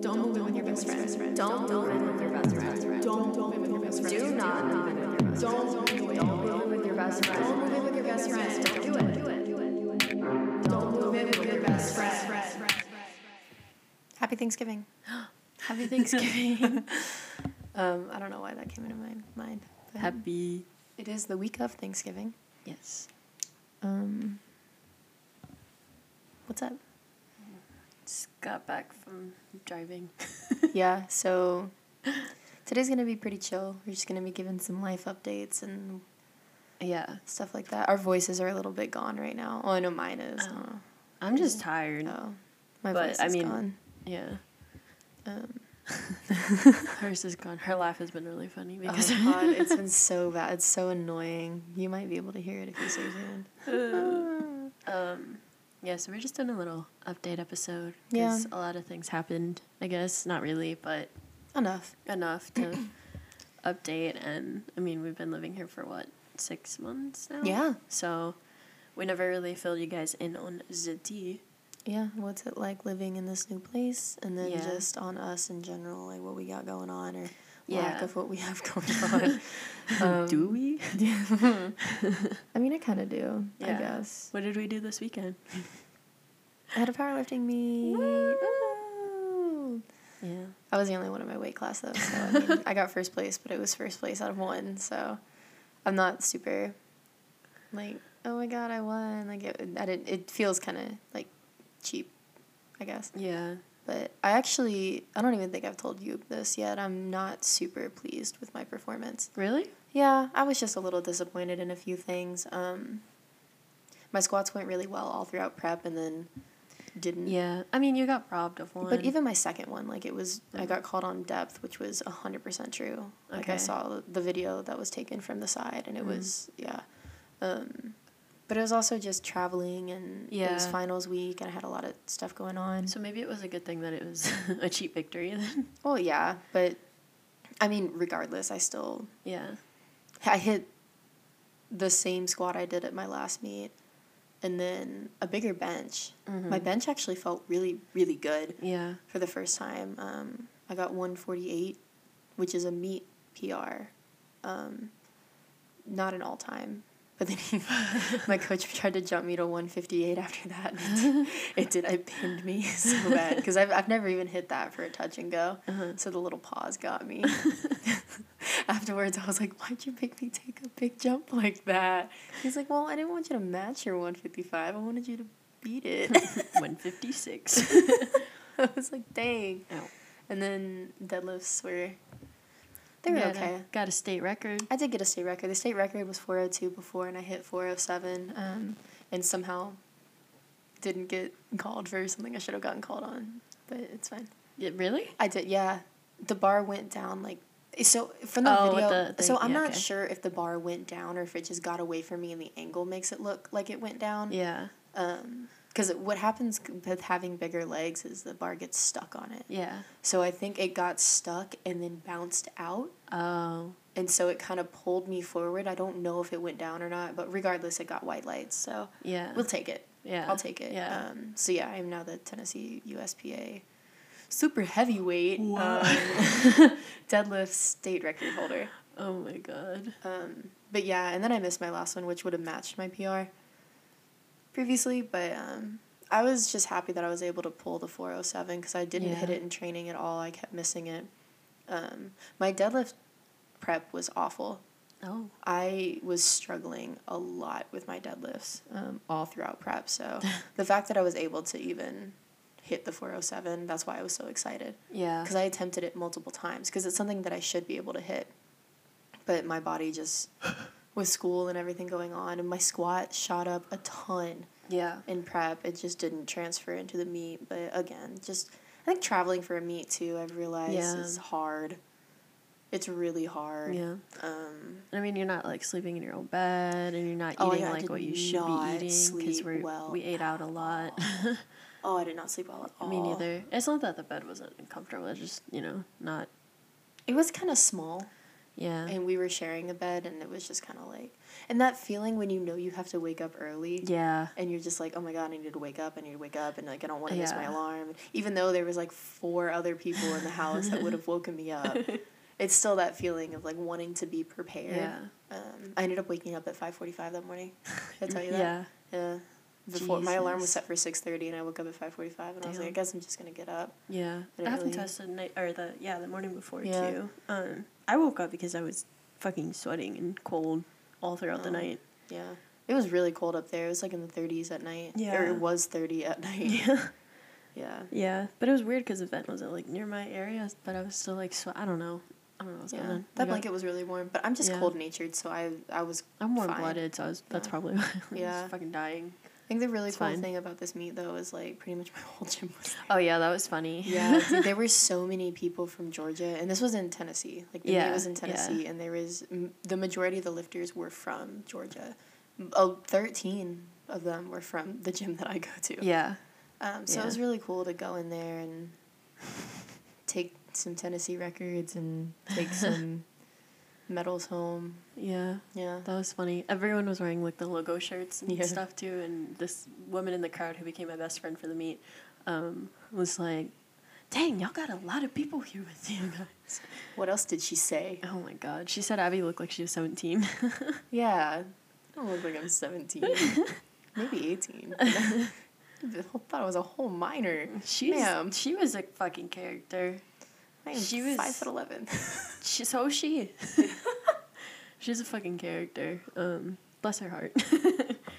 Don't live with your best friend. Don't live with your best friend. Don't live with your best friend. Do not live with your best friend. Don't live with your best friend. Don't live with your best friend. Don't do it. Don't live with your best friend. Happy Thanksgiving. Happy Thanksgiving. um, I don't know why that came into my mind. but Happy. It is the week of Thanksgiving. Yes. Um, what's up? Just got back from driving. yeah, so today's going to be pretty chill. We're just going to be giving some life updates and Yeah. stuff like that. Our voices are a little bit gone right now. Oh, I know mine is. Oh, I'm just tired. oh. my But, voice I is mean- gone. Yeah. Um, Hers is gone. Her laugh has been really funny oh, because God, it's been so bad. It's so annoying. You might be able to hear it if you stay tuned. um yeah, so we're just doing a little update episode Yeah. because a lot of things happened, I guess. Not really, but Enough. enough to update and I mean we've been living here for what, six months now? Yeah. So we never really filled you guys in on the tea. Yeah, what's it like living in this new place? And then Yeah. just on us in general, like what we got going on or lack Yeah. of what we have going on. Um, Do we? I mean, I kind of do, I Yeah. guess. What did we do this weekend? I had a powerlifting meet. uh, Woo! Yeah. I was the only one in my weight class, though. So I, mean, I got first place, but it was first place out of one. So I'm not super like, oh my God, I won. Like, it, I didn't, it feels kind of like cheap, I guess. Yeah. But I actually, I don't even think I've told you this yet. I'm not super pleased with my performance. Really? Yeah, I was just a little disappointed in a few things. Um, my squats went really well all throughout prep and then didn't. Yeah. I mean, you got robbed of one. Mm. But even my second one, like it was, I got called on depth, which was 100% true. Like I Okay. Mm. saw the video that was taken from the side and it was, yeah. Um, but it was also just traveling and it was Yeah. finals week and I had a lot of stuff going on. so maybe it was a good thing that it was a cheap victory then. Well, yeah, but I mean, regardless, I still yeah. I hit the same squat I did at my last meet, and then a bigger bench. Mm-hmm. My bench actually felt really, really good Yeah. for the first time. Um, I got one forty eight, which is a meet PR, um, not an all time. But then he, my coach tried to jump me to one fifty eight after that. And it, did. It pinned me so bad because I've I've never even hit that for a touch and go. Uh-huh. So the little pause got me. Afterwards, I was like, "Why'd you make me take a big jump like that?" He's like, "Well, I didn't want you to match your one fifty five. I wanted you to beat it." 156. I was like, "Dang." Ow. And then deadlifts were they were Got a- okay. Got a state record. I did get a state record. The state record was 402 before and I hit 407 um, and somehow didn't get called for something I should have gotten called on, but it's fine. Yeah, really? I did, yeah. The bar went down like so from the Oh, with video. the thing, so I'm yeah, not okay. sure if the bar went down or if it just got away from me and the angle makes it look like it went down. Yeah. Because what happens with having bigger legs is the bar gets stuck on it. Yeah. So I think it got stuck and then bounced out. Oh. And so it kind of pulled me forward. I don't know if it went down or not, but regardless, it got white lights. So Yeah. we'll take it. Yeah. I'll take it. Yeah. Um, so yeah, I'm now the Tennessee USPA super heavyweight um, deadlift state record holder. oh my god. Um, but yeah, and then I missed my last one, which would have matched my PR previously. But um, I was just happy that I was able to pull the 407 because I didn't hit Yeah. it in training at all. I kept missing it. Um, my deadlift prep was awful. Oh. I was struggling a lot with my deadlifts um, all throughout prep. So the fact that I was able to even hit the 407, that's why I was so excited Yeah. because I attempted it multiple times because it's something that I should be able to hit. But my body just, with school and everything going on, and my squat shot up a ton Yeah. in prep. It just didn't transfer into the meet. But again, just, I think traveling for a meet too, I've realized Yeah. is hard. It's really hard. Yeah. Um, I mean, you're not like sleeping in your own bed, and you're not Oh, eating yeah, I like did what you should not be eating because sleep we well we ate out a lot. oh, I did not sleep well at all. Me neither. It's not that the bed wasn't comfortable. It's just you know not. It was kind of small. Yeah. and we were sharing a bed and it was just kind of like and that feeling when you know you have to wake up early yeah. and you're just like oh my god i need to wake up i need to wake up and like i don't want to miss my Yeah. alarm even though there was like four other people in the house that would have woken me up it's still that feeling of like wanting to be prepared Yeah. um, i ended up waking up at 5.45 that morning did i tell you that Yeah. yeah. Before my alarm was Jesus. set for six thirty, and I woke up at five forty five, and I was like, I Damn. guess I'm just gonna get up. Yeah. I I didn't happened really- to us the night or the yeah, the morning before Yeah. too. Um I woke up because I was fucking sweating and cold all throughout Oh. the night. Yeah, it was really cold up there. It was like in the thirties at night. or Yeah. it was thirty at night. Yeah. Yeah. Yeah. But it was weird because the vent wasn't like near my area, but I was still like sweat I don't know. I don't know what's going Yeah. on. That Like, I- blanket was really warm, but I'm just Yeah. cold natured, so I I was. I'm warm fine. blooded, so I was that's Yeah. probably why I was Yeah. fucking dying. I think the really It's cool fine. thing about this meet though is like pretty much my whole gym was. There. Oh yeah, that was funny. Yeah, dude, there were so many people from Georgia, and this was in Tennessee. Like the meet Yeah, was in yeah. Tennessee, and there was m- the majority of the lifters were from Georgia. M- Oh, 13 of them were from the gym that I go to. yeah. Um, so it Yeah. was really cool to go in there and take some Tennessee records and take some medals home. Yeah. Yeah. That was funny. Everyone was wearing like the logo shirts and Yeah. stuff too. And this woman in the crowd who became my best friend for the meet um, was like, "Dang, y'all got a lot of people here with you guys." What else did she say? Oh my god, she said Abby looked like she was seventeen. Yeah. I don't look like I'm 17. Maybe 18. I thought I was a whole minor. She's Ma'am. she was a fucking character. I am She was- 5 foot 11. She, so is she. She's a fucking character. Um, bless her heart. she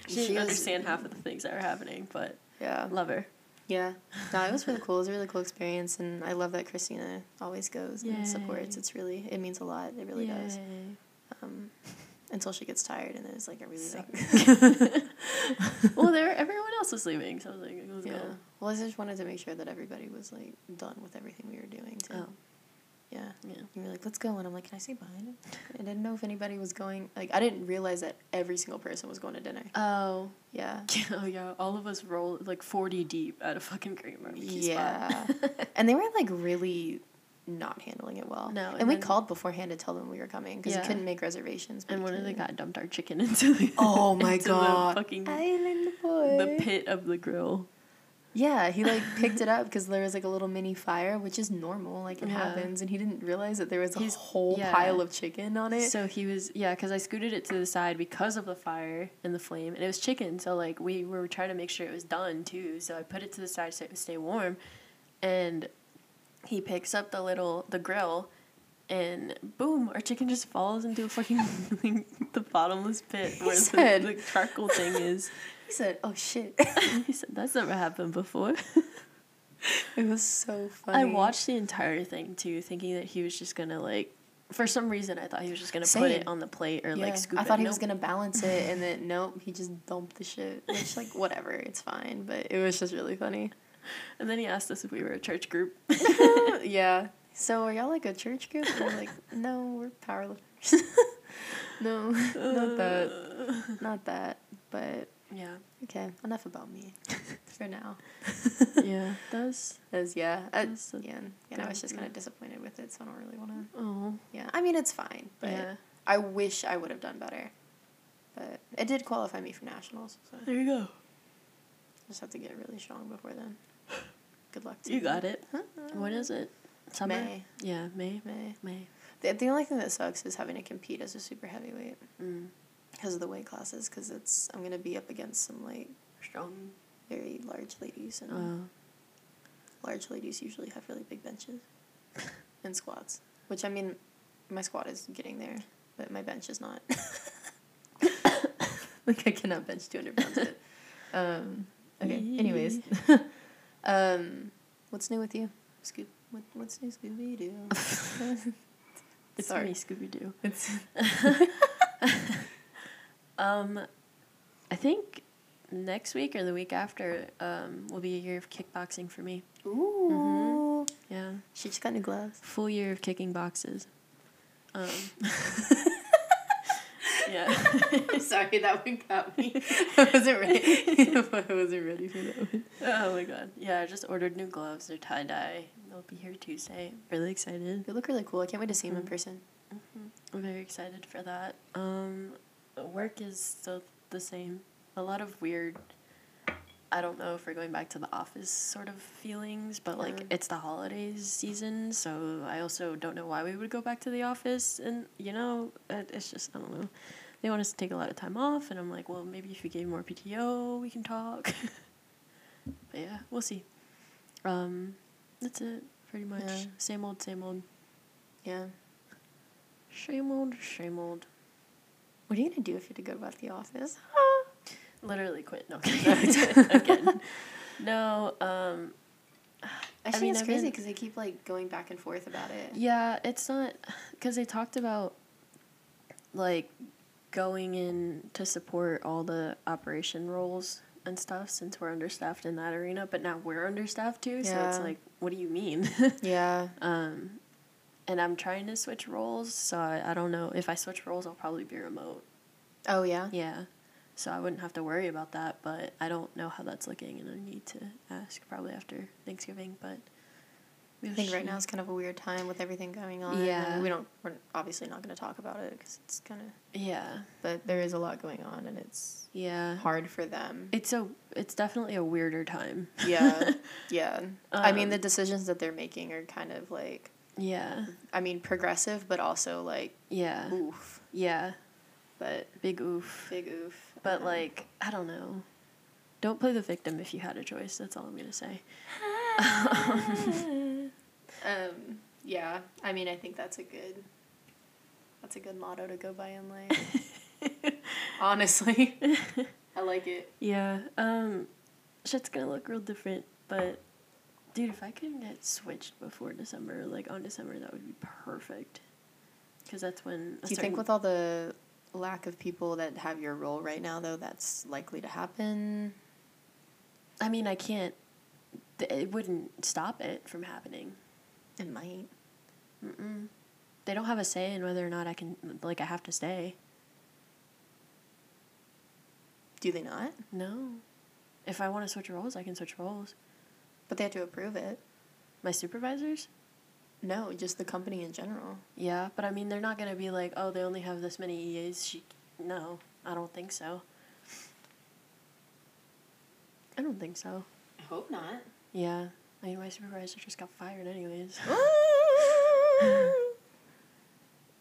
She is- didn't understand half of the things that were happening, but Yeah. love her. Yeah. No, it was really cool. It was a really cool experience. And I love that Christina always goes Yay. and supports. It's really, it means a lot. It really does. Yay. Um, until she gets tired and then it's like, I really Sick. like well, there everyone else was leaving, so I was like, let's Yeah. go. Well, I just wanted to make sure that everybody was like done with everything we were doing too. Oh, Yeah. yeah. You were like, let's go. And I'm like, can I stay behind? I didn't know if anybody was going. Like, I didn't realize that every single person was going to dinner. Oh. Yeah. Oh yeah, all of us roll like forty deep at a fucking great barbecue spot. Yeah. and they were like really not handling it well. No, And, and we then- called beforehand to tell them we were coming because Yeah. you couldn't make reservations. but And you one of the could- guy dumped our chicken into the Oh my into God. the fucking Island boy. the pit of the grill. Yeah, he like picked it up because there was like a little mini fire, which is normal, like it Yeah. happens, and he didn't realize that there was a He's- whole yeah. pile of chicken on it. So he was yeah, because I scooted it to the side because of the fire and the flame, and it was chicken. So like we were trying to make sure it was done too. So I put it to the side so it would stay warm, and he picks up the little the grill, and boom, our chicken just falls into a fucking the bottomless pit where said- the, the charcoal thing is. he said, "Oh shit." he said that's never happened before. It was so funny. I watched the entire thing too, thinking that he was just gonna like. For some reason, I thought he was just gonna put Same. it on the plate or Yeah, like scoop I thought it. he was Nope. gonna balance it, and then nope, he just dumped the shit. Which like whatever, it's fine. But it was just really funny. And then he asked us if we were a church group. yeah. So are y'all like a church group? And we're like, no, we're powerlifters. no, not that, not that. But Yeah. okay, enough about me for now. Yeah. That's As yeah, I, That's a Uh, yeah, and I was just kind good- of disappointed with it, so I don't really want to. oh. Yeah, I mean it's fine, but yeah. I wish I would have done better. But it did qualify me for nationals, so I There you go. just have to get really strong before then. Good luck. to You got it. Huh? When is it? Summer? May. Yeah, May. May. May. The, the only thing that sucks is having to compete as a super heavyweight Mm. because of the weight classes. Because it's I'm gonna be up against some like Strong. very large ladies, and Uh, large ladies usually have really big benches and squats. Which I mean, my squat is getting there, but my bench is not. like I cannot bench two hundred pounds. But, um, okay. Anyways, um, what's new with you, Scoop? What, what's new, Scooby Doo? it's Sorry. me, Scooby Doo. It's Um, I think next week or the week after um, will be a year of kickboxing for me. ooh. Yeah. She just got new gloves. Full year of kicking boxes. Um. yeah. Sorry, that one got me. I wasn't ready. I wasn't ready for that one. Oh my god. Yeah, I just ordered new gloves. They're tie dye. They'll be here Tuesday. Really excited. Mm. They look really cool. I can't wait to see them in Mhm. person. I'm very excited for that. Um, work is still the same. A lot of weird. I don't know if we're going back to the office sort of feelings, but like Yeah. it's the holidays season, so I also don't know why we would go back to the office. And you know, it, it's just I don't know. They want us to take a lot of time off, and I'm like, well, maybe if we gave more PTO, we can talk. but yeah, we'll see. Um, that's it, pretty much. Yeah. Same old, same old. Yeah. Shame old, shame old. What are you gonna do if you have to go about the office? Literally quit. No, kidding. again. No, um, Actually, mean, it's I've crazy been- because they keep like going back and forth about it. yeah, it's not because they talked about like going in to support all the operation roles and stuff since we're understaffed in that arena, but now we're understaffed too. So it's Yeah. like, what do you mean? Yeah. um, and I'm trying to switch roles, so I, I don't know if I switch roles, I'll probably be remote. Oh yeah. Yeah. So I wouldn't have to worry about that, but I don't know how that's looking and I need to ask probably after Thanksgiving, but I think right now is kind of a weird time with everything going on. Yeah. and we don't. We're obviously not gonna talk about it because it's kind of. Yeah. But there is a lot going on, and it's Yeah. hard for them. It's a it's definitely a weirder time. yeah. Yeah. I mean, the Um, decisions that they're making are kind of like. Yeah. I mean, progressive, but also like Yeah. oof. Yeah. But Big oof. big oof. But Um, like, I don't know. Don't play the victim if you had a choice. That's all I'm going to say. Um, yeah, I mean, I think that's a good, that's a good motto to go by in life. Honestly, I like it. Yeah. Um shit's going to look real different, but dude, if I could get switched before December, like on December, that would be perfect. Cuz that's when a Do you certain- think with all the lack of people that have your role right now, though, that's likely to happen? I mean, I can't th- it wouldn't stop it from happening. It might. Mm-mm. They don't have a say in whether or not I can like I have to stay. Do they not? No. If I want to switch roles, I can switch roles. But they have to approve it. My supervisors? No, just the company in general. Yeah, but I mean, they're not going to be like, "Oh, they only have this many EAs." She No, I don't think so. I don't think so. I hope not. Yeah. I mean, my supervisor just got fired, anyways.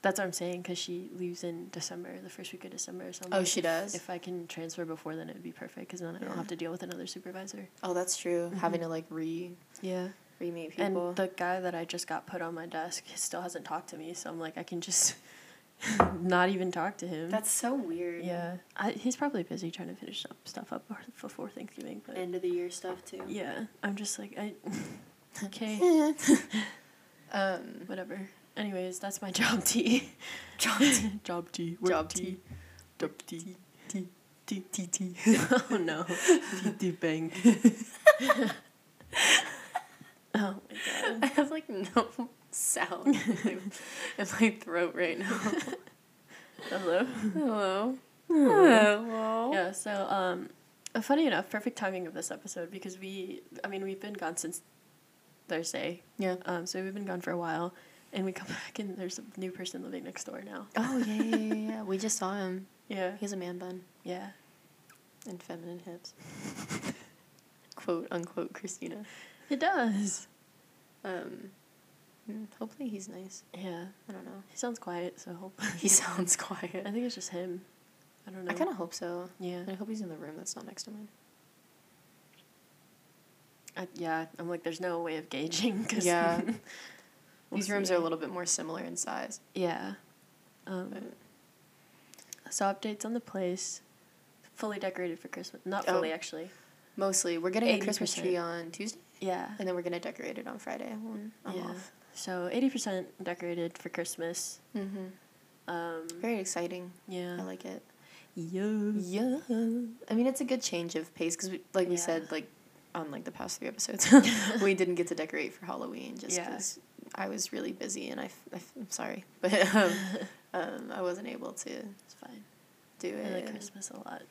That's what I'm saying, because she leaves in December, the first week of December. So I'm Oh, like, she if- does? If I can transfer before, then it would be perfect, because then I Yeah. don't have to deal with another supervisor. oh, that's true. Having to like re Yeah. remake people. And the guy that I just got put on my desk still hasn't talked to me, so I'm like, I can just not even talk to him. that's so weird. yeah. I, he's probably busy trying to finish up stuff up before- before Thanksgiving, but End of the year stuff too. yeah, I'm just like, I okay, Eh. Um, whatever. Anyways, that's my job tea. job tea. job tea. Job tea. tea. Job tea. Tea. Tea. Tea. Tea. oh no. Tea. Tea. Bang. oh my god. I have like no sound in my, in my throat right now. Hello. Hello. Hmm. Hello. Yeah, so um funny enough, perfect timing of this episode because we I mean we've been gone since Thursday. Yeah. Um so we've been gone for a while and we come back and there's a new person living next door now. Oh yeah, yeah, yeah, yeah. We just saw him. Yeah. He has a man bun Yeah. and feminine hips. Quote unquote Christina. It does. Um, mm, hopefully he's nice. Yeah. I don't know. He sounds quiet, so hope He sounds I quiet. think it's just him. I don't know. I kind of hope so. yeah. And I hope he's in the room that's not next to mine. I, yeah, I'm like there's no way of gauging cuz Yeah. We'll These rooms are see. a little bit more similar in size. Yeah. Um, so updates on the place. Fully decorated for Christmas. Not Oh. fully actually. Mostly, we're getting a 80%. Christmas tree on Tuesday, Yeah. and then we're gonna decorate it on Friday when I'm Yeah. off. So eighty percent decorated for Christmas. Mm-hmm. Um, uh, Very exciting. I yeah. like it. yeah. Yeah. I mean, it's a good change of pace because, we, like we Yeah. said, like on like the past three episodes, we didn't get to decorate for Halloween just Yeah. because I was really busy and I, am sorry, but um, um, I wasn't able to It's fine. do I it. like Christmas a lot.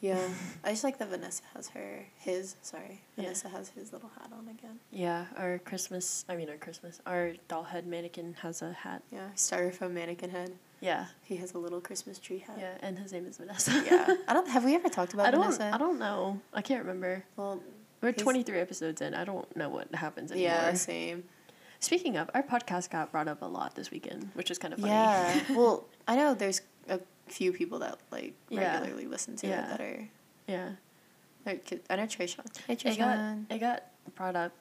Yeah. I just like that Vanessa has her his sorry. Yeah. Vanessa has his little hat on again. Yeah, our Christmas, I mean our Christmas, our doll head mannequin has a hat. Yeah. Styrofoam mannequin head. Yeah. He has a little Christmas tree hat. Yeah, and his name is Vanessa. Uh, Yeah. I don't have we ever talked about I don't Vanessa? I don't know. I can't remember. well We're He's- 23 episodes in. I don't know what happens anymore. yeah, same. Speaking of, our podcast got brought up a lot this weekend, which is kind of funny. Yeah. well, I know there's a few people that like Yeah. regularly listen to Yeah. it that are yeah. like, kid- I know Trayshawn. Hey It got Trayshawn. it got brought up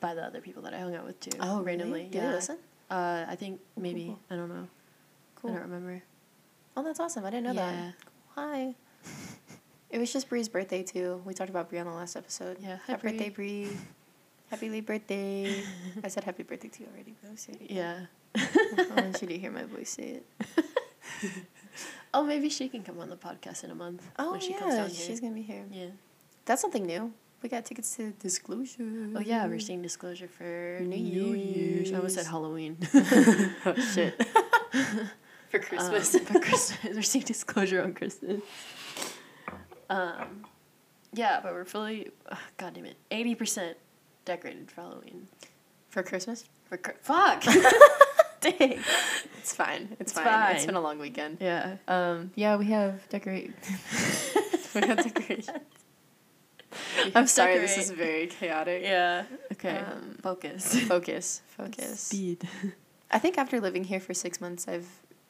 by the other people that I hung out with too. Oh, randomly. randomly. Do yeah. they listen? Uh, I think cool, maybe cool. I don't know. I Cool. don't remember. Oh, that's awesome. I didn't know that. yeah. Hi. It was just Bree's birthday too. We talked about Bree on the last episode. Yeah, hi, Happy birthday, Bree. Happy late birthday. I said happy birthday to you already, but I'll say it again. Yeah. I want you to hear my voice say it. Oh, maybe she can come on the podcast in a month Oh when she yeah, comes down here. she's gonna be here. yeah. That's something new. We got tickets to Disclosure. Oh yeah, we're seeing disclosure for Mm-hmm. New New, Year's. I almost said Year's. Halloween. oh, shit. For Christmas. Um, for Christmas, we're seeing disclosure on Christmas. Um, yeah, but we're fully, uh, god damn it, eighty percent decorated for Halloween. For Christmas? For cr- fuck. Dang. It's fine. It's, It's fine. It's fine. been a long weekend. Yeah. Um, yeah, we have decorate. we have decoration. I'm sorry, this is very chaotic. Yeah. Okay. Um, Focus. Focus. Focus. Speed. I think after living here for six months, I've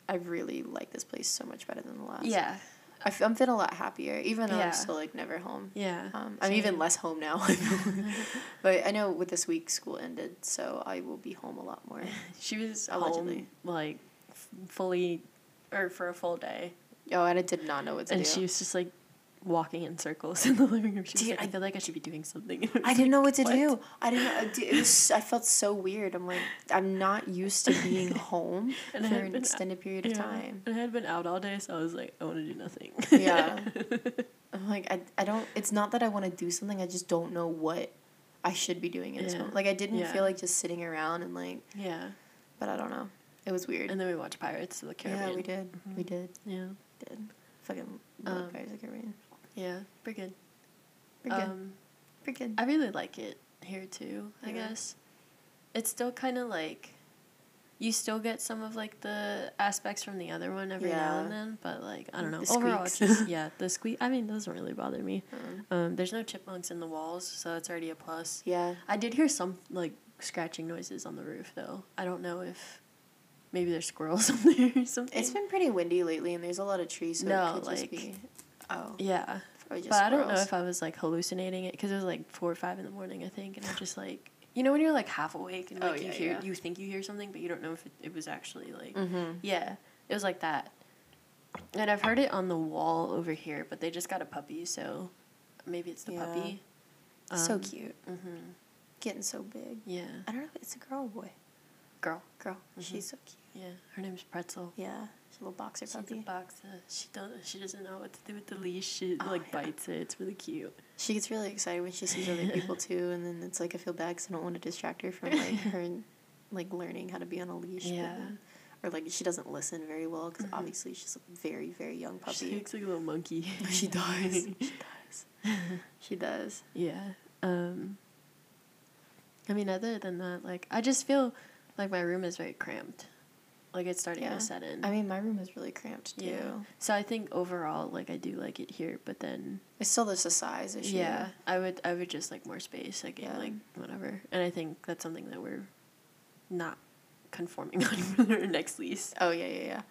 I've really liked this place so much better than the last. Yeah. I f- I'm feeling a lot happier, even though Yeah. I'm still like never home. Yeah. Um, I'm even Same. less home now, but I know with this week school ended, so I will be home a lot more. She was Allegedly. home like f- fully, or for a full day, Oh, and I did not know what to and do. she was just like walking in circles in the living room. She was Dude, like, I, I- feel like I should be doing something. I didn't know what to What? do. I didn't. Know, dude, it was. I felt so weird. I'm like, I'm not used to being home And I for had an been- uh, extended period of Yeah. time. And I had been out all day, so I was like, I want to do nothing. Yeah. I'm like, I, I don't, it's not that I want to do something, I just don't know what I should be doing in this Yeah. moment. Like, I didn't Yeah. feel like just sitting around and like, yeah. but I don't know. It was weird. And then we watched Pirates of the Caribbean. yeah, we did. We did. Yeah. Did. Fucking love Um, Pirates of the Caribbean. Yeah. Pretty good. Pretty good. Um, Pretty good. I really like it here too, I Yeah. guess. It's still kind of like you still get some of like the aspects from the other one every now Yeah. and then, but like I don't know. The Overall, it's squeaks. just, yeah, the squeak. I mean, those don't really bother me. Um, Um, there's no chipmunks in the walls, so that's already a plus. yeah. I did hear some like scratching noises on the roof though. I don't know if maybe there's squirrels on there or something. It's been pretty windy lately and there's a lot of trees, so No, it could like- just be. Oh. yeah, probably just but I don't know squirrels. if I was like hallucinating it because it was like four or five in the morning, I think, and I just like you know when you're like half awake and Oh, like you yeah, hear yeah. you think you hear something but you don't know if it, it was actually like Mhm. yeah it was like that, and I've heard it on the wall over here, but they just got a puppy, so maybe it's the Yeah. puppy. so Um, cute. Mm-hmm. Getting so big. Yeah, I don't know if it's a girl or boy. girl. Girl. Mm-hmm. Mhm. She's so cute. Yeah, her name's Pretzel. Yeah. She's a little boxer She's a puppy. boxer. uh, She don't. She doesn't know what to do with the leash. She Oh, like yeah. bites it. It's really cute. She gets really excited when she sees other people too, and then it's like I feel bad because I don't want to distract her from like her like learning how to be on a leash. but Yeah. then- or like she doesn't listen very well because Mhm. obviously she's a very very young She puppy. looks like a little monkey. She does. she does. She does. Yeah. Um I mean other than that, like I just feel like my room is very cramped. Like it's starting Yeah. to set in. I mean, my room is really cramped too. yeah. So I think overall like I do like it here, but then It's still just a size issue. yeah, I would I would just like more space, like Yeah. like whatever. And I think that's something that we're not conforming on for our next lease. Oh yeah yeah yeah.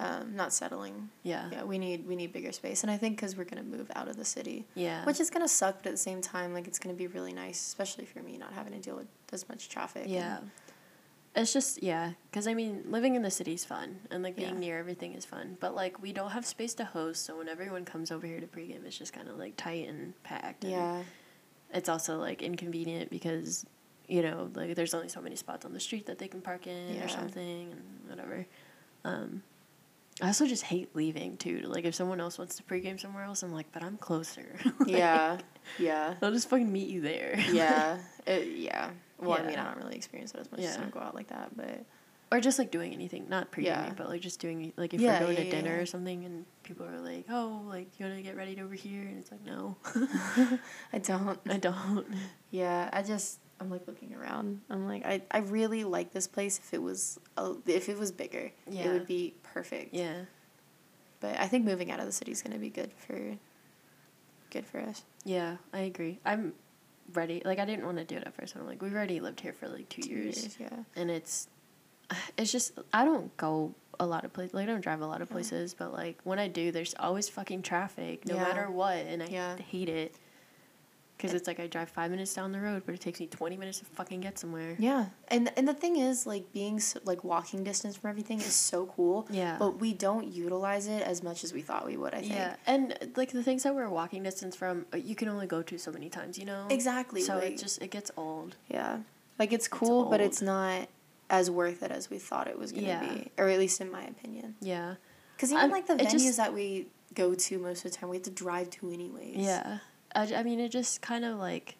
Um, not settling. Yeah. Yeah, we need we need bigger space, and I think because we're gonna move out of the city, Yeah. which is gonna suck, but at the same time, like it's gonna be really nice, especially for me not having to deal with as much traffic. and- Yeah. It's just yeah, because I mean, living in the city is fun, and like being Yeah. near everything is fun. But like, we don't have space to host, so when everyone comes over here to pregame, it's just kind of like tight and packed. and Yeah. it's also like inconvenient because you know like there's only so many spots on the street that they can park in Yeah. or something and whatever. Um, I also just hate leaving too. Like if someone else wants to pregame somewhere else, I'm like, but I'm closer. Like, yeah, yeah, they'll just fucking meet you there. yeah, It- yeah. Well, I mean, Yeah. I don't really experience it as much as Yeah. I go out like that, but or just like doing anything, not pre gaming, Yeah. but like just doing like if Yeah, we're going yeah, to yeah, dinner yeah. or something, and people are like, "Oh, like you want to get ready over here?" and it's like, "No, I don't. I don't." Yeah, I just I'm like looking around. I'm like I, I really like this place. If it was a, if it was bigger, it Yeah. would be perfect. yeah, But I think moving out of the city is gonna be good for good for us. yeah, I agree. I'm ready. Like I didn't want to do it at first. I'm like, we've already lived here for like two, years, Yeah. and it's it's just I don't go a lot of places. Like I don't drive a lot of Yeah. places, but like when I do, there's always fucking traffic, no Yeah. matter what, and I Yeah. hate it. Because it's like I drive five minutes down the road, but it takes me 20 minutes to fucking get somewhere. Yeah. And and the thing is like being so, like walking distance from everything is so cool. Yeah. But we don't utilize it as much as we thought we would. I think. Yeah, and uh, like the things that we're walking distance from, uh, you can only go to so many times, you know. Exactly. So like- it just it gets old. Yeah. Like it's cool, but old. it's not as worth it as we thought it was gonna Yeah. be, or at least in my opinion. Yeah. Because even I'm- like the it venues just- that we go to most of the time, we have to drive to anyways. Yeah. I, j- I mean, it just kind of like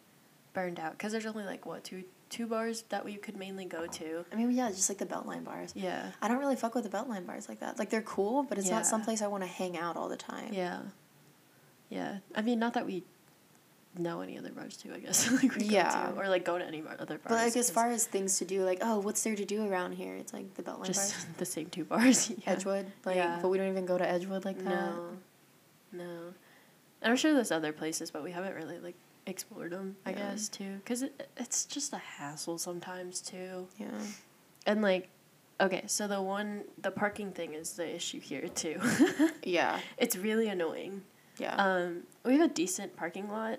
burned out because there's only like what two two bars that we could mainly go to. I mean, yeah, just like the Beltline bars. Yeah. I don't really fuck with the Beltline bars like that. Like they're cool, but it's Yeah. not someplace I want to hang out all the time. Yeah. Yeah. I mean, not that we know any other bars too. I guess like we Yeah. go to or like go to any bar, other bars. But like as 'cause far as things to do, like oh, what's there to do around here? It's like the Beltline just bars, the same two bars. Yeah. Edgewood. Like, Yeah. but we don't even go to Edgewood like that. No. No. And I'm sure there's other places, but we haven't really like explored them. I Yeah. guess too, because it, it's just a hassle sometimes too. Yeah. And like, okay, so the one the parking thing is the issue here too. Yeah. it's really annoying. Yeah. Um, we have a decent parking lot,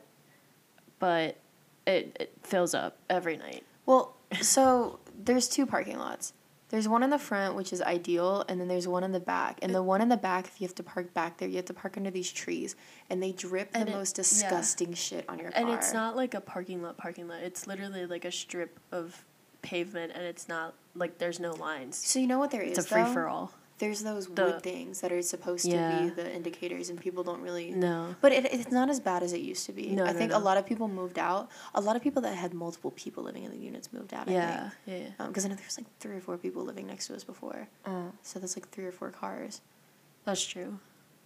but it it fills up every night. Well, so there's two parking lots. There's one in the front, which is ideal, and then there's one in the back. And the one in the back, if you have to park back there, you have to park under these trees, and they drip the And it- most yeah. disgusting shit on your And car. it's not like a parking lot parking lot. It's literally like a strip of pavement, and it's not like there's no lines. So you know what there is? It's a free though? for all. There's those The- wood things that are supposed Yeah. to be the indicators, and people don't really. No. But it, it's not as bad as it used to be. No, I no, think no. a lot of people moved out. A lot of people that had multiple people living in the units moved out. I Yeah. think. Yeah. yeah. Because I know there's like three or four people living next to us before, Mm. so that's like three or four cars. That's true.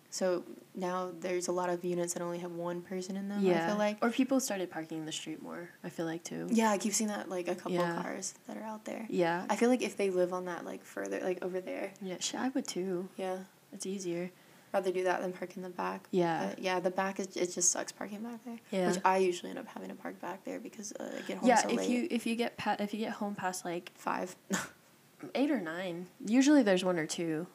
So now there's a lot of units that only have one person in them. yeah. I feel like. Or people started parking in the street more, I feel like too. yeah, I keep seeing that like a couple Yeah. cars that are out there. Yeah. I feel like if they live on that like further, like over there, yeah, shit, I would too. yeah, It's easier. rather do that than park in the back. Yeah. But yeah, the back is it just sucks parking back there. Yeah. Which I usually end up having to park back there because uh, I get home yeah, so if late. you if you get pa- if you get home past like Five. eight or nine, usually there's one or two.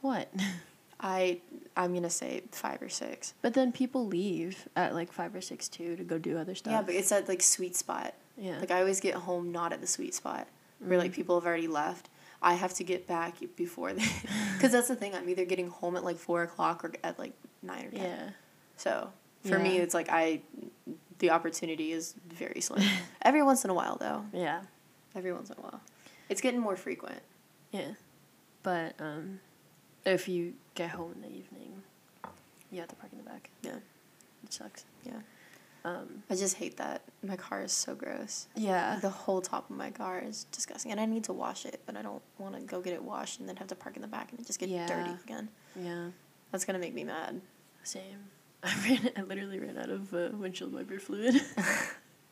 What? I I'm gonna say five or six. But then people leave at like five or six too to go do other stuff. Yeah, but it's that like sweet spot. yeah, Mm-hmm. Like I always get home not at the sweet spot where like people have already left. I have to get back before they, because that's the thing. I'm either getting home at like four o'clock or at like nine or ten. yeah, So for me, Yeah. it's like I, the opportunity is very slim. Every once in a while, though. yeah, Every once in a while, it's getting more frequent. yeah. But um, if you get home in the evening, you have to park in the back. Yeah, It sucks. yeah. Um, I just hate that. My car is so gross. yeah, The whole top of my car is disgusting, and I need to wash it, but I don't want to go get it washed and then have to park in the back and it just get dirty Yeah. again. yeah. That's gonna make me mad. Same. I ran. I literally ran out of uh, windshield wiper fluid. Yeah,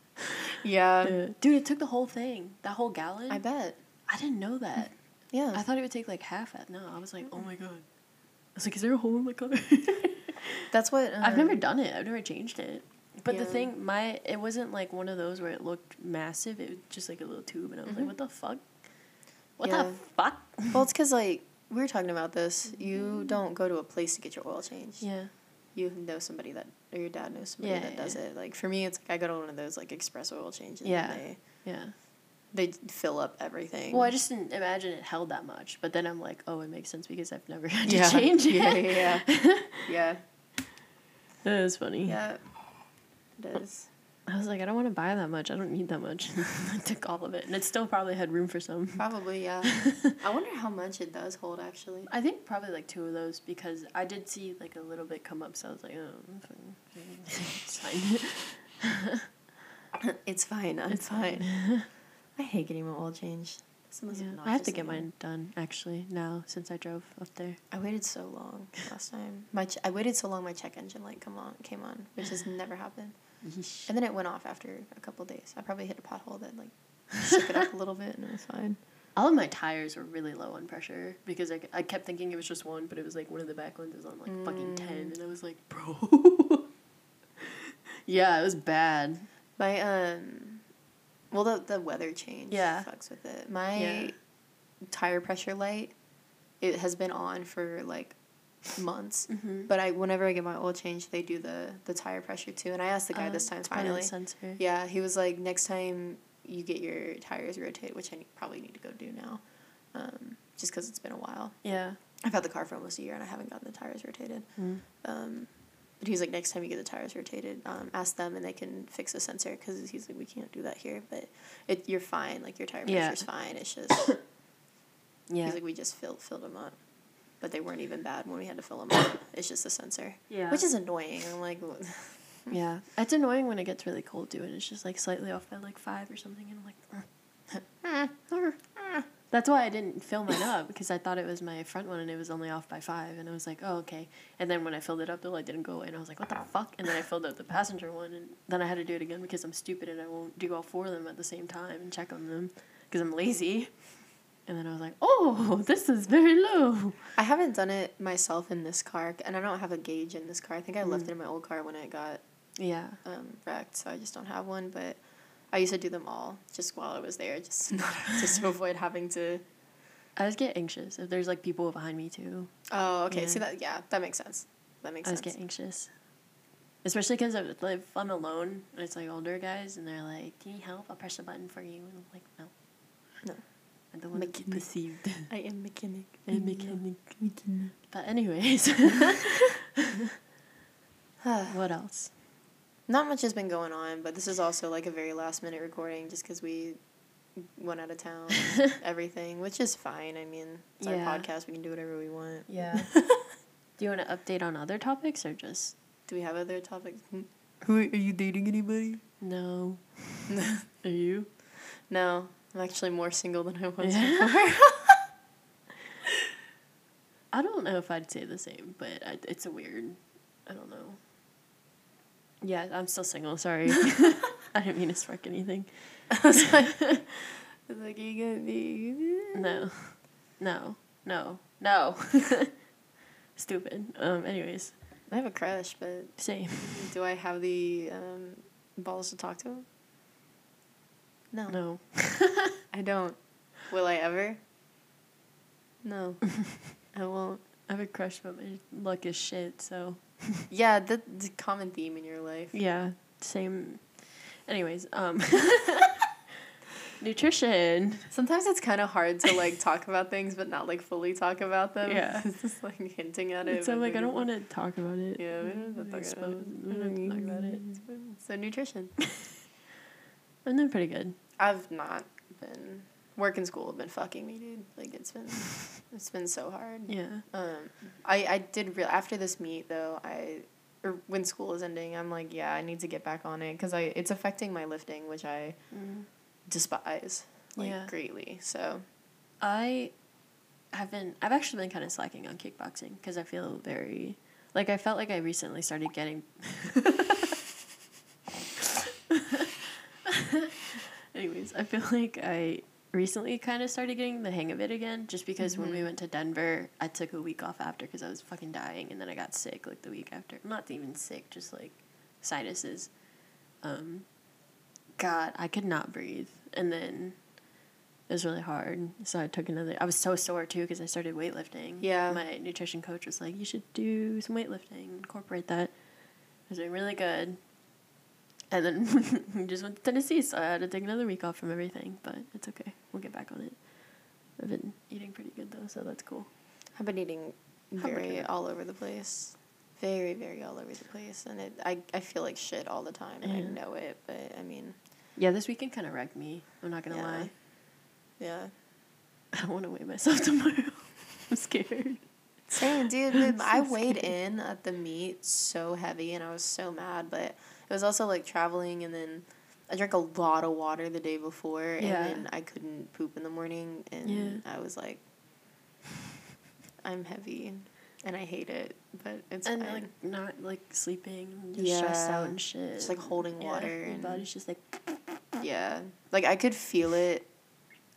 Yeah. Um, Dude, it took the whole thing. That whole gallon. I bet. I didn't know that. Yeah. I thought it would take like half that. No, I was like, oh my god. I was like, is there a hole in my car? That's what um, I've never done it. I've never changed it. But the Yeah. thing, my it wasn't like one of those where it looked massive. It was just like a little tube, and I was like, what the fuck? What Yeah. the fuck? um, Well, it's because like we were talking about this. You don't go to a place to get your oil changed. Yeah. You know somebody that, or your dad knows somebody Yeah, that yeah, does yeah. it. Like for me, it's like I go to one of those like express oil changes. and Yeah. They, Yeah. they fill up everything. Well, I just didn't imagine it held that much. But then I'm like, oh, it makes sense because I've never had to yeah. change it. Yeah, yeah, yeah. yeah. That was funny. Yeah. It is. I was like, I don't want to buy that much. I don't need that much. I took all of it, and it still probably had room for some. Probably, yeah. I wonder how much it does hold actually. I think probably like two of those because I did see like a little bit come up, so I was like, oh, it's fine. It's fine. It's fine. I'm fine. I hate getting my oil changed. Someone's Yeah, obnoxious I have to get about it. mine done actually now since I drove up there. I waited so long last time. My ch- I waited so long. My check engine light come on came on, which has never happened. And then it went off after a couple days. I probably hit a pothole that like shook it up a little bit, and it was fine. All of my tires were really low on pressure because I, I kept thinking it was just one, but it was like one of the back ones was on like Mm. fucking ten, and I was like, bro. yeah, it was bad. My um, well the the weather change. Yeah. fucks with it. My Yeah. tire pressure light, it has been on for like months. Mm-hmm. But I whenever I get my oil change, they do the the tire pressure too. And I asked Oh, the guy this time finally. Um, sensor. Yeah, he was like, next time you get your tires rotated, which I need, probably need to go do now, um, just because it's been a while. Yeah. I've had the car for almost a year and I haven't gotten the tires rotated. Mm. Um, but he was like, next time you get the tires rotated, um, ask them and they can fix the sensor because he's like, we can't do that here, but it you're fine. Like your tire Yeah. pressure's fine. It's just Yeah. he's like, we just filled filled them up. But they weren't even bad when we had to fill them up. It's just the sensor, yeah. which is annoying. I'm like, yeah. It's annoying when it gets really cold too, and it's just like slightly off by like five or something, and I'm like. "Ugh." That's why I didn't fill mine up because I thought it was my front one and it was only off by five and I was like, oh okay. And then when I filled it up, the light didn't go away and I was like, what the fuck? And then I filled up the passenger one and then I had to do it again because I'm stupid and I won't do all four of them at the same time and check on them because I'm lazy. And then I was like, oh, this is very low. I haven't done it myself in this car, and I don't have a gauge in this car. I think I Mm. left it in my old car when it got Yeah. um, wrecked, so I just don't have one. But I used to do them all just while I was there, just not, just to avoid having to. I just get anxious if there's like people behind me too. Oh, okay. Yeah. See that? Yeah, that makes sense. That makes I sense. just get anxious, especially because if I'm alone and it's like older guys and they're like, "Can you help? I'll press the button for you." And I'm like, "No, No. I don't want to be Mechanic. perceived." I am mechanic. A mechanic. But anyways, what else? Ah, Not much has been going on, but this is also like a very last minute recording, just because we went out of town, and everything, which is fine. I mean, it's Yeah. our podcast. We can do whatever we want. Yeah. Do you want to update on other topics or just Do we have other topics? Hmm? Who are you dating anybody? no? Are you? No, I'm actually more single than I was Yeah. before. I don't know if I'd say the same, but I, it's a weird. I don't know. Yeah, I'm still single. Sorry, I didn't mean to spark anything. It's like, are you gonna be? No, no, no, no. Stupid. Um. Anyways, I have a crush, but same. do I have the um, balls to talk to him? No, No. I don't. Will I ever? No, I won't. I have a crush, but my luck is shit. So Yeah, that's a common theme in your life. yeah, same. Anyways, um. Nutrition. Sometimes it's kind of hard to like talk about things, but not like fully talk about them. Yeah. it's just like hinting at it. So I'm but like, I then- don't want to talk about it. Yeah, we don't have to talk about Mm-hmm. Expose- we don't talk about it. So nutrition. I'm doing pretty good. I've not been work and school have been fucking me, dude. Like it's been it's been so hard. Yeah. Um, I I did real after this meet though I or when school is ending I'm like yeah I need to get back on it because I it's affecting my lifting which I despise like Yeah. greatly so I haven't. I've actually been kind of slacking on kickboxing because I feel very like I felt like I recently started getting. Anyways, I feel like I recently kind of started getting the hang of it again just because when we went to Denver, I took a week off after because I was fucking dying and then I got sick like the week after. Not even sick, just like sinuses. Um, God, I could not breathe. And then it was really hard. So I took another. I was so sore too because I started weightlifting. Yeah. My nutrition coach was like, "You should do some weightlifting, incorporate that." I was doing really good, and then we just went to Tennessee, so I had to take another week off from everything. But it's okay. We'll get back on it. I've been eating pretty good though, so that's cool. I've been eating How much very of it? all over the place very very all over the place and it I I feel like shit all the time and I Yeah. know it but I mean Yeah, this weekend kind of wrecked me. I'm not gonna Yeah. lie. yeah I want to weigh myself tomorrow. I'm scared. Same, dude. dude, I weighed in at the meet so heavy, and I was so mad. But it was also like traveling, and then I drank a lot of water the day before, Yeah. and then I couldn't poop in the morning, and Yeah. I was like, I'm heavy, and I hate it, but it's and fine. like not like sleeping, and just stressed Yeah. out and shit. Just, like, holding Yeah, water Your and- body's just like yeah, like I could feel it.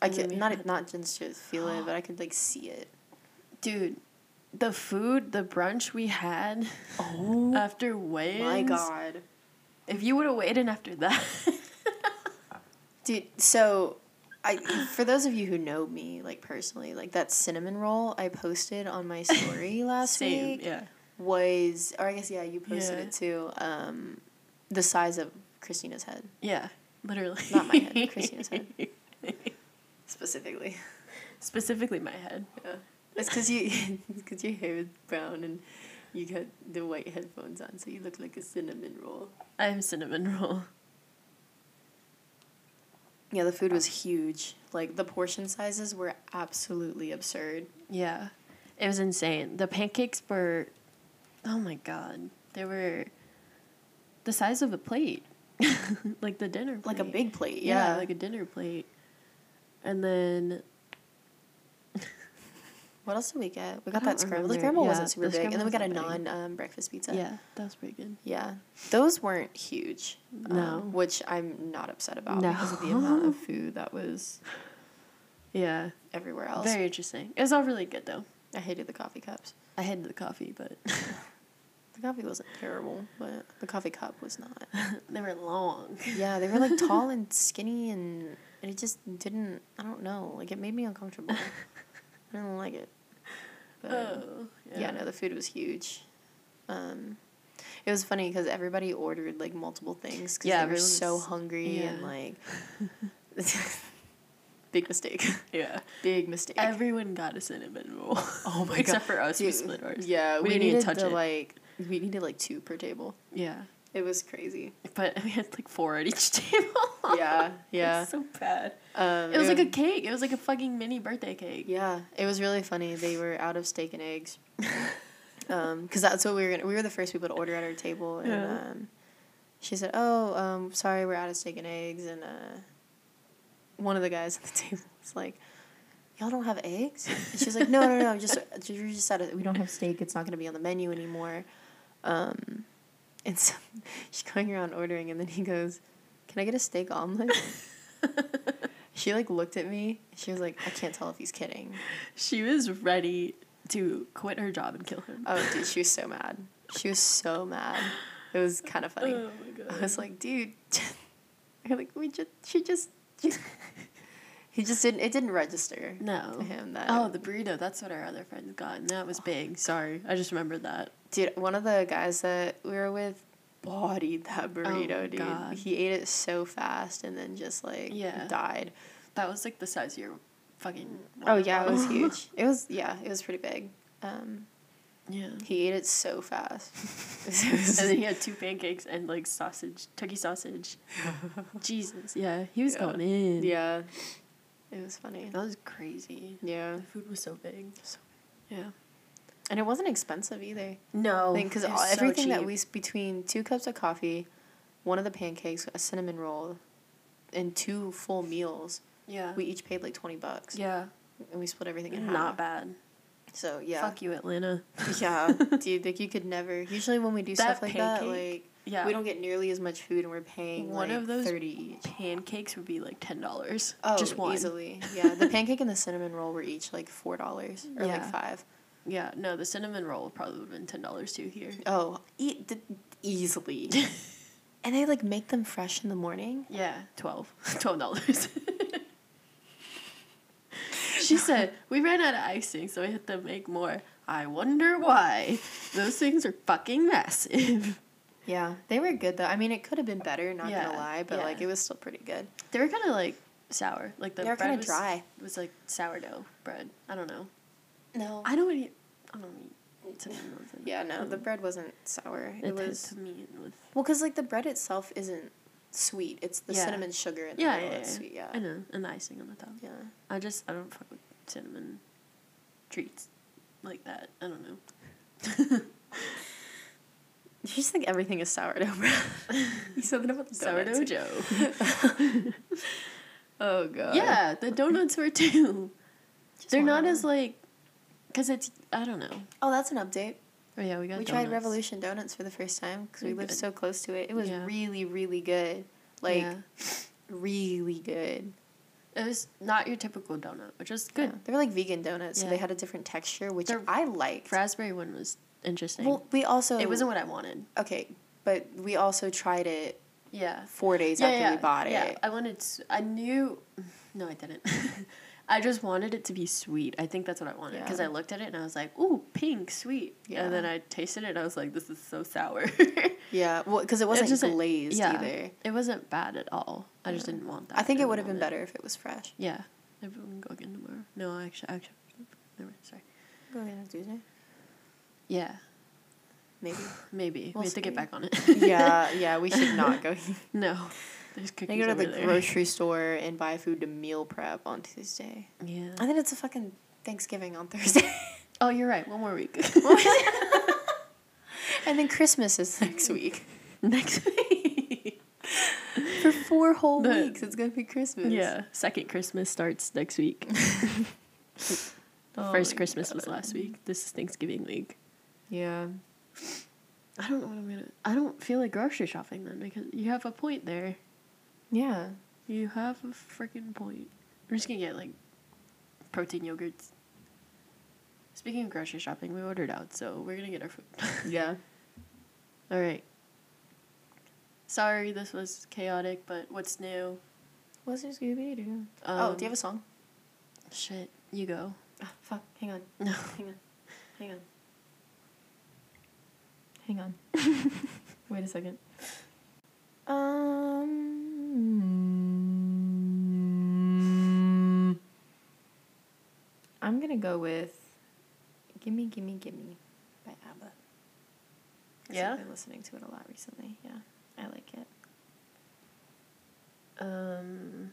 I And then could we not had- not just just feel it, but I could like see it. dude. The food, the brunch we had Oh after Wayne's. my god, If you would have waited after that, dude! So, I for those of you who know me like personally, like that cinnamon roll I posted on my story last same, week. yeah. was, or I guess yeah, you posted Yeah. it too. Um, the size of Christina's head, Yeah, literally. not my head, Christina's head, specifically. Specifically, my head. Yeah, it's because you, because your hair is brown and you got the white headphones on, so you look like a cinnamon roll. I'm cinnamon roll. Yeah, the food was huge. Like the portion sizes were absolutely absurd. Yeah, it was insane. The pancakes were, oh my god, they were the size of a plate, like the dinner. Plate. Like a big plate. yeah. Yeah. like a dinner plate. And then what else did we get? We I got don't that scramble. The remember. scramble Yeah, wasn't super the big, and then we got a scramble's not big. non um, breakfast pizza. yeah, that was pretty good. Yeah. Those weren't huge. um, No. which I'm not upset about No. because of the amount of food that was Yeah, everywhere else. very interesting. It was all really good though. I hated the coffee cups. I hated the coffee, but The coffee wasn't terrible, but the coffee cup was not. they were long. yeah, they were like tall and skinny and and it just didn't I don't know, like it made me uncomfortable. I didn't like it. But Oh, yeah. no, the food was huge. Um it was funny because everybody ordered like multiple things because Yeah, they were everyone so was- hungry and yeah. like big mistake, yeah. big mistake. Everyone got a cinnamon roll. Oh my Except God. for us, we Dude, split ours. Yeah, We we, didn't even needed touch to it. like we needed like two per table. Yeah. It was crazy. But we had like four at each table. Yeah, yeah. It's so bad. Um, It was like a would- cake. It was like a fucking mini birthday cake. yeah. It was really funny. They were out of steak and eggs, um, because that's what we were gonna. We were the first people to order at our table, and Yeah. um, she said, "Oh, um, sorry, we're out of steak and eggs." And uh, one of the guys at the table was like. Y'all don't have eggs? And she's like, no, no, no, just you're just out of. We don't have steak. It's not gonna be on the menu anymore. Um, and so she's going around ordering, and then he goes, "Can I get a steak omelet?" she like looked at me. and She was like, "I can't tell if he's kidding." She was ready to quit her job and kill him. Oh, dude, she was so mad. She was so mad. It was kind of funny. Oh my god. I was like, dude, I like we just she just he just didn't it didn't register no. to him that Oh, the burrito. That's what our other friends got, and that was big. Sorry, I just remembered that. Dude, one of the guys that we were with bodied that burrito, my dude. Oh, God. He ate it so fast and then just like Yeah. died. That was like the size of your fucking. Oh yeah, it was huge. It was yeah, it was pretty big. Um, yeah. he ate it so fast. And then he had two pancakes and like sausage, turkey sausage. Jesus, yeah, he was Yeah. going in. yeah, it was funny. that was crazy. Yeah, The food was so big. So- yeah. and it wasn't expensive either. No, because everything that we s- between two cups of coffee, one of the pancakes, a cinnamon roll, and two full meals, yeah we each paid like twenty bucks. yeah and we split everything in half. not bad. So yeah. Fuck you, Atlanta. yeah, dude, like you could never. Usually when we do That stuff like that, pancake, like Yeah, we don't get nearly as much food, and we're paying One like, of those- thirty each. pancakes would be like ten dollars. Oh, just one. easily. Yeah, the pancake and the cinnamon roll were each like four dollars or Yeah. like five. Yeah, no, the cinnamon roll would probably have been ten dollars too here. Oh, e- d- easily. and they like make them fresh in the morning. Yeah, twelve. Twelve dollars. she said we ran out of icing, so we had to make more. I wonder why. Those things are fucking massive. Yeah, they were good though. I mean, it could have been better, not Yeah, gonna lie, but yeah. like it was still pretty good. They were kind of like sour, like the they were bread kind of was- dry. was like sourdough bread. I don't know. No. I don't eat. I don't eat. cinnamon rolls. yeah, no, the Mm. bread wasn't sour. It, It, was was to me it was. well, cause like the bread itself isn't sweet. It's the Yeah. cinnamon sugar in the Yeah, middle yeah, yeah. that's sweet. Yeah. I know, and the icing on the top. Yeah. I just I don't fuck with cinnamon treats like that. I don't know. You just think everything is sourdough bread. you said that about the Sourdough donuts. Joe. Oh god. Yeah, the donuts were too. Just They're not wanna- as like, cause it's I don't know. Oh, that's an update. Oh yeah, we got. we tried Revolution Donuts for the first time because we They're lived good. so close to it. It was Yeah. really, really good. Like really good. it was not your typical donut, which is good. Yeah. They were like vegan donuts, so Yeah. they had a different texture, which They're- I liked. Raspberry one was interesting. Well, uh, we also it wasn't what I wanted. okay, but we also tried it Yeah. four days after we bought yeah. it. I wanted. s- I knew. No, I didn't. I just wanted it to be sweet. I think that's what I wanted because Yeah. I looked at it and I was like, "Ooh, pink, sweet." Yeah. And then I tasted it and I was like, "This is so sour." Yeah, well, because it wasn't just a- glazed yeah. either. it wasn't bad at all. I just Yeah. didn't want that. I think it didn't would have been want better if it was fresh. Yeah. Maybe we can go again tomorrow. No, actually, actually, never. mind, Sorry. Go ahead on Tuesday, Yeah, maybe. maybe We'll we have to see. get back on it. yeah, yeah, we should not go. no, there's cookies They go to over the there. grocery store and buy food to meal prep on Tuesday. Yeah. I think it's a fucking Thanksgiving on Thursday, Oh, you're right. One more week. and then Christmas is next week. Next week. For four whole The- weeks, it's gonna be Christmas. Yeah. Second Christmas starts next week. Oh First my Christmas was God. last week. This is Thanksgiving week. Yeah. I don't know what I'm gonna. I don't feel like grocery shopping then because you have a point there. Yeah. You have a freaking point. We're just gonna get like protein yogurts. Speaking of grocery shopping, we ordered out, so we're gonna get our food. Yeah. All right. Sorry, this was chaotic, but what's new? What's your Scooby Doo? Um, oh, do you have a song? a Um, shit? You go. Ah, fuck. Hang on. No. Hang on. Hang on. Hang on. Wait a second. Um. I'm gonna go with "Gimme, Gimme, Gimme" by ABBA. 'Cause Yeah? I've been listening to it a lot recently. Yeah, I like it. Um,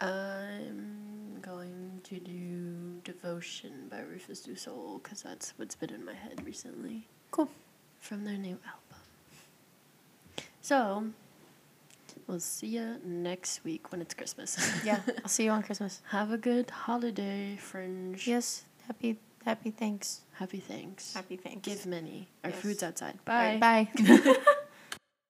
I'm going to do Devotion by Rufus Du Sol because that's what's been in my head recently. Cool. From their new album. So, we'll see you next week when it's Christmas. Yeah, I'll see you on Christmas. Have a good holiday, Fringe. Yes, happy, happy thanks, Happy thanks. happy thanks. Give many. Our Yes. food's outside. All Bye. right, bye.